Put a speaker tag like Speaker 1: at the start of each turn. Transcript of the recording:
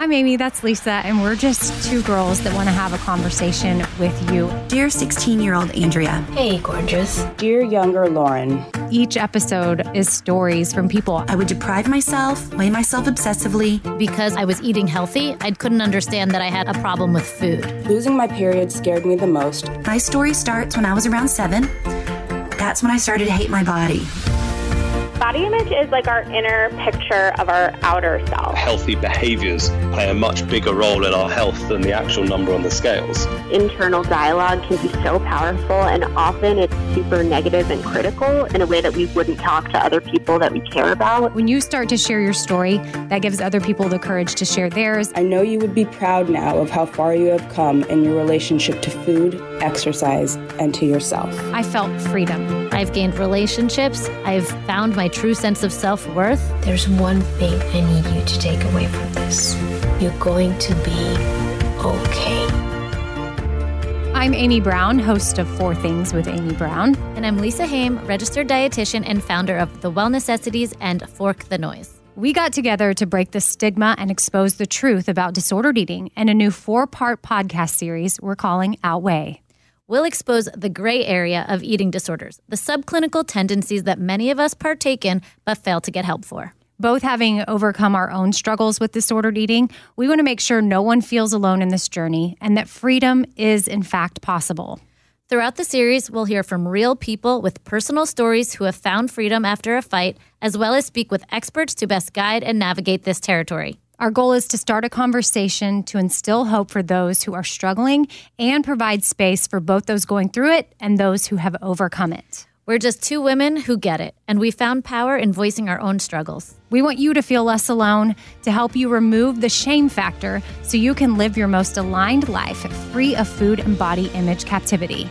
Speaker 1: I'm Amy, that's Lisa, and we're just two girls that want to have a conversation with you.
Speaker 2: Dear 16 year old Andrea,
Speaker 3: Hey, gorgeous.
Speaker 4: Dear younger Lauren,
Speaker 1: Each episode is stories from people
Speaker 2: I would deprive myself, weigh myself obsessively,
Speaker 3: Because I was eating healthy, I couldn't understand that I had a problem with food.
Speaker 4: losing my period scared me the most.
Speaker 2: My story starts when I was around seven. That's when I started to hate my body.
Speaker 5: Body image is like our inner picture of our outer self.
Speaker 6: healthy behaviors play a much bigger role in our health than the actual number on the scales.
Speaker 5: Internal dialogue can be so powerful, and often it's super negative and critical in a way that we wouldn't talk to other people that we care about.
Speaker 1: when you start to share your story, that gives other people the courage to share theirs.
Speaker 4: I know you would be proud now of how far you have come in your relationship to food, exercise, and to yourself.
Speaker 1: I felt freedom.
Speaker 3: I've gained relationships. I've found my true sense of self worth.
Speaker 7: There's one thing I need you to take away from this. You're going to be okay.
Speaker 1: I'm Amy Brown, host of Four Things with Amy Brown.
Speaker 3: And I'm Lisa Haim, registered dietitian and founder of The Well Necessities and Fork the Noise.
Speaker 1: We got together to break the stigma and expose the truth about disordered eating in a new four part podcast series we're calling Outweigh.
Speaker 3: We'll expose the gray area of eating disorders, the subclinical tendencies that many of us partake in but fail to get help for.
Speaker 1: Both having overcome our own struggles with disordered eating, we want to make sure no one feels alone in this journey and that freedom is, in fact, possible.
Speaker 3: Throughout the series, we'll hear from real people with personal stories who have found freedom after a fight, as well as speak with experts to best guide and navigate this territory.
Speaker 1: Our goal is to start a conversation to instill hope for those who are struggling and provide space for both those going through it and those who have overcome it.
Speaker 3: We're just two women who get it, and we found power in voicing our own struggles.
Speaker 1: We want you to feel less alone to help you remove the shame factor so you can live your most aligned life free of food and body image captivity.